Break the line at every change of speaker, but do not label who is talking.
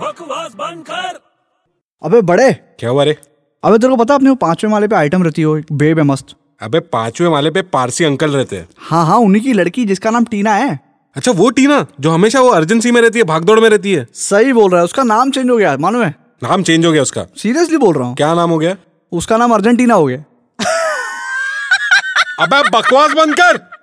बकवास बंद कर
अबे बड़े
क्या हुआ रे
अबे तेरे को पता है अपने वो पांचवें माले पे आइटम रहती हो एक बेब है मस्त
अबे पांचवें माले पे पारसी अंकल रहते हैं
हाँ हाँ उन्हीं की लड़की जिसका नाम टीना है
अच्छा वो टीना जो हमेशा वो अर्जेंसी में रहती है भागदौड़ में रहती है
सही बोल रहा है उसका नाम चेंज हो गया है, मालूम है
नाम चेंज हो गया उसका
सीरियसली बोल रहा हूँ
क्या नाम हो गया
उसका नाम अर्जेंटीना हो गया
अबे बकवास बंद कर